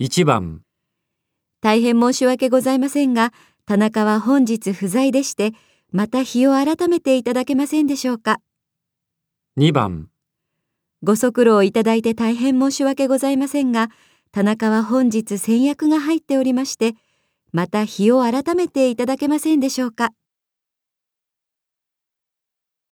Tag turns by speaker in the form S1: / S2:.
S1: 1番、
S2: 大変申し訳ございませんが、田中は本日不在でして、また日を改めていただけませんでしょうか。
S1: 2番、
S2: ご足労いただいて大変申し訳ございませんが、田中は本日先約が入っておりまして、また日を改めていただけませんでしょうか。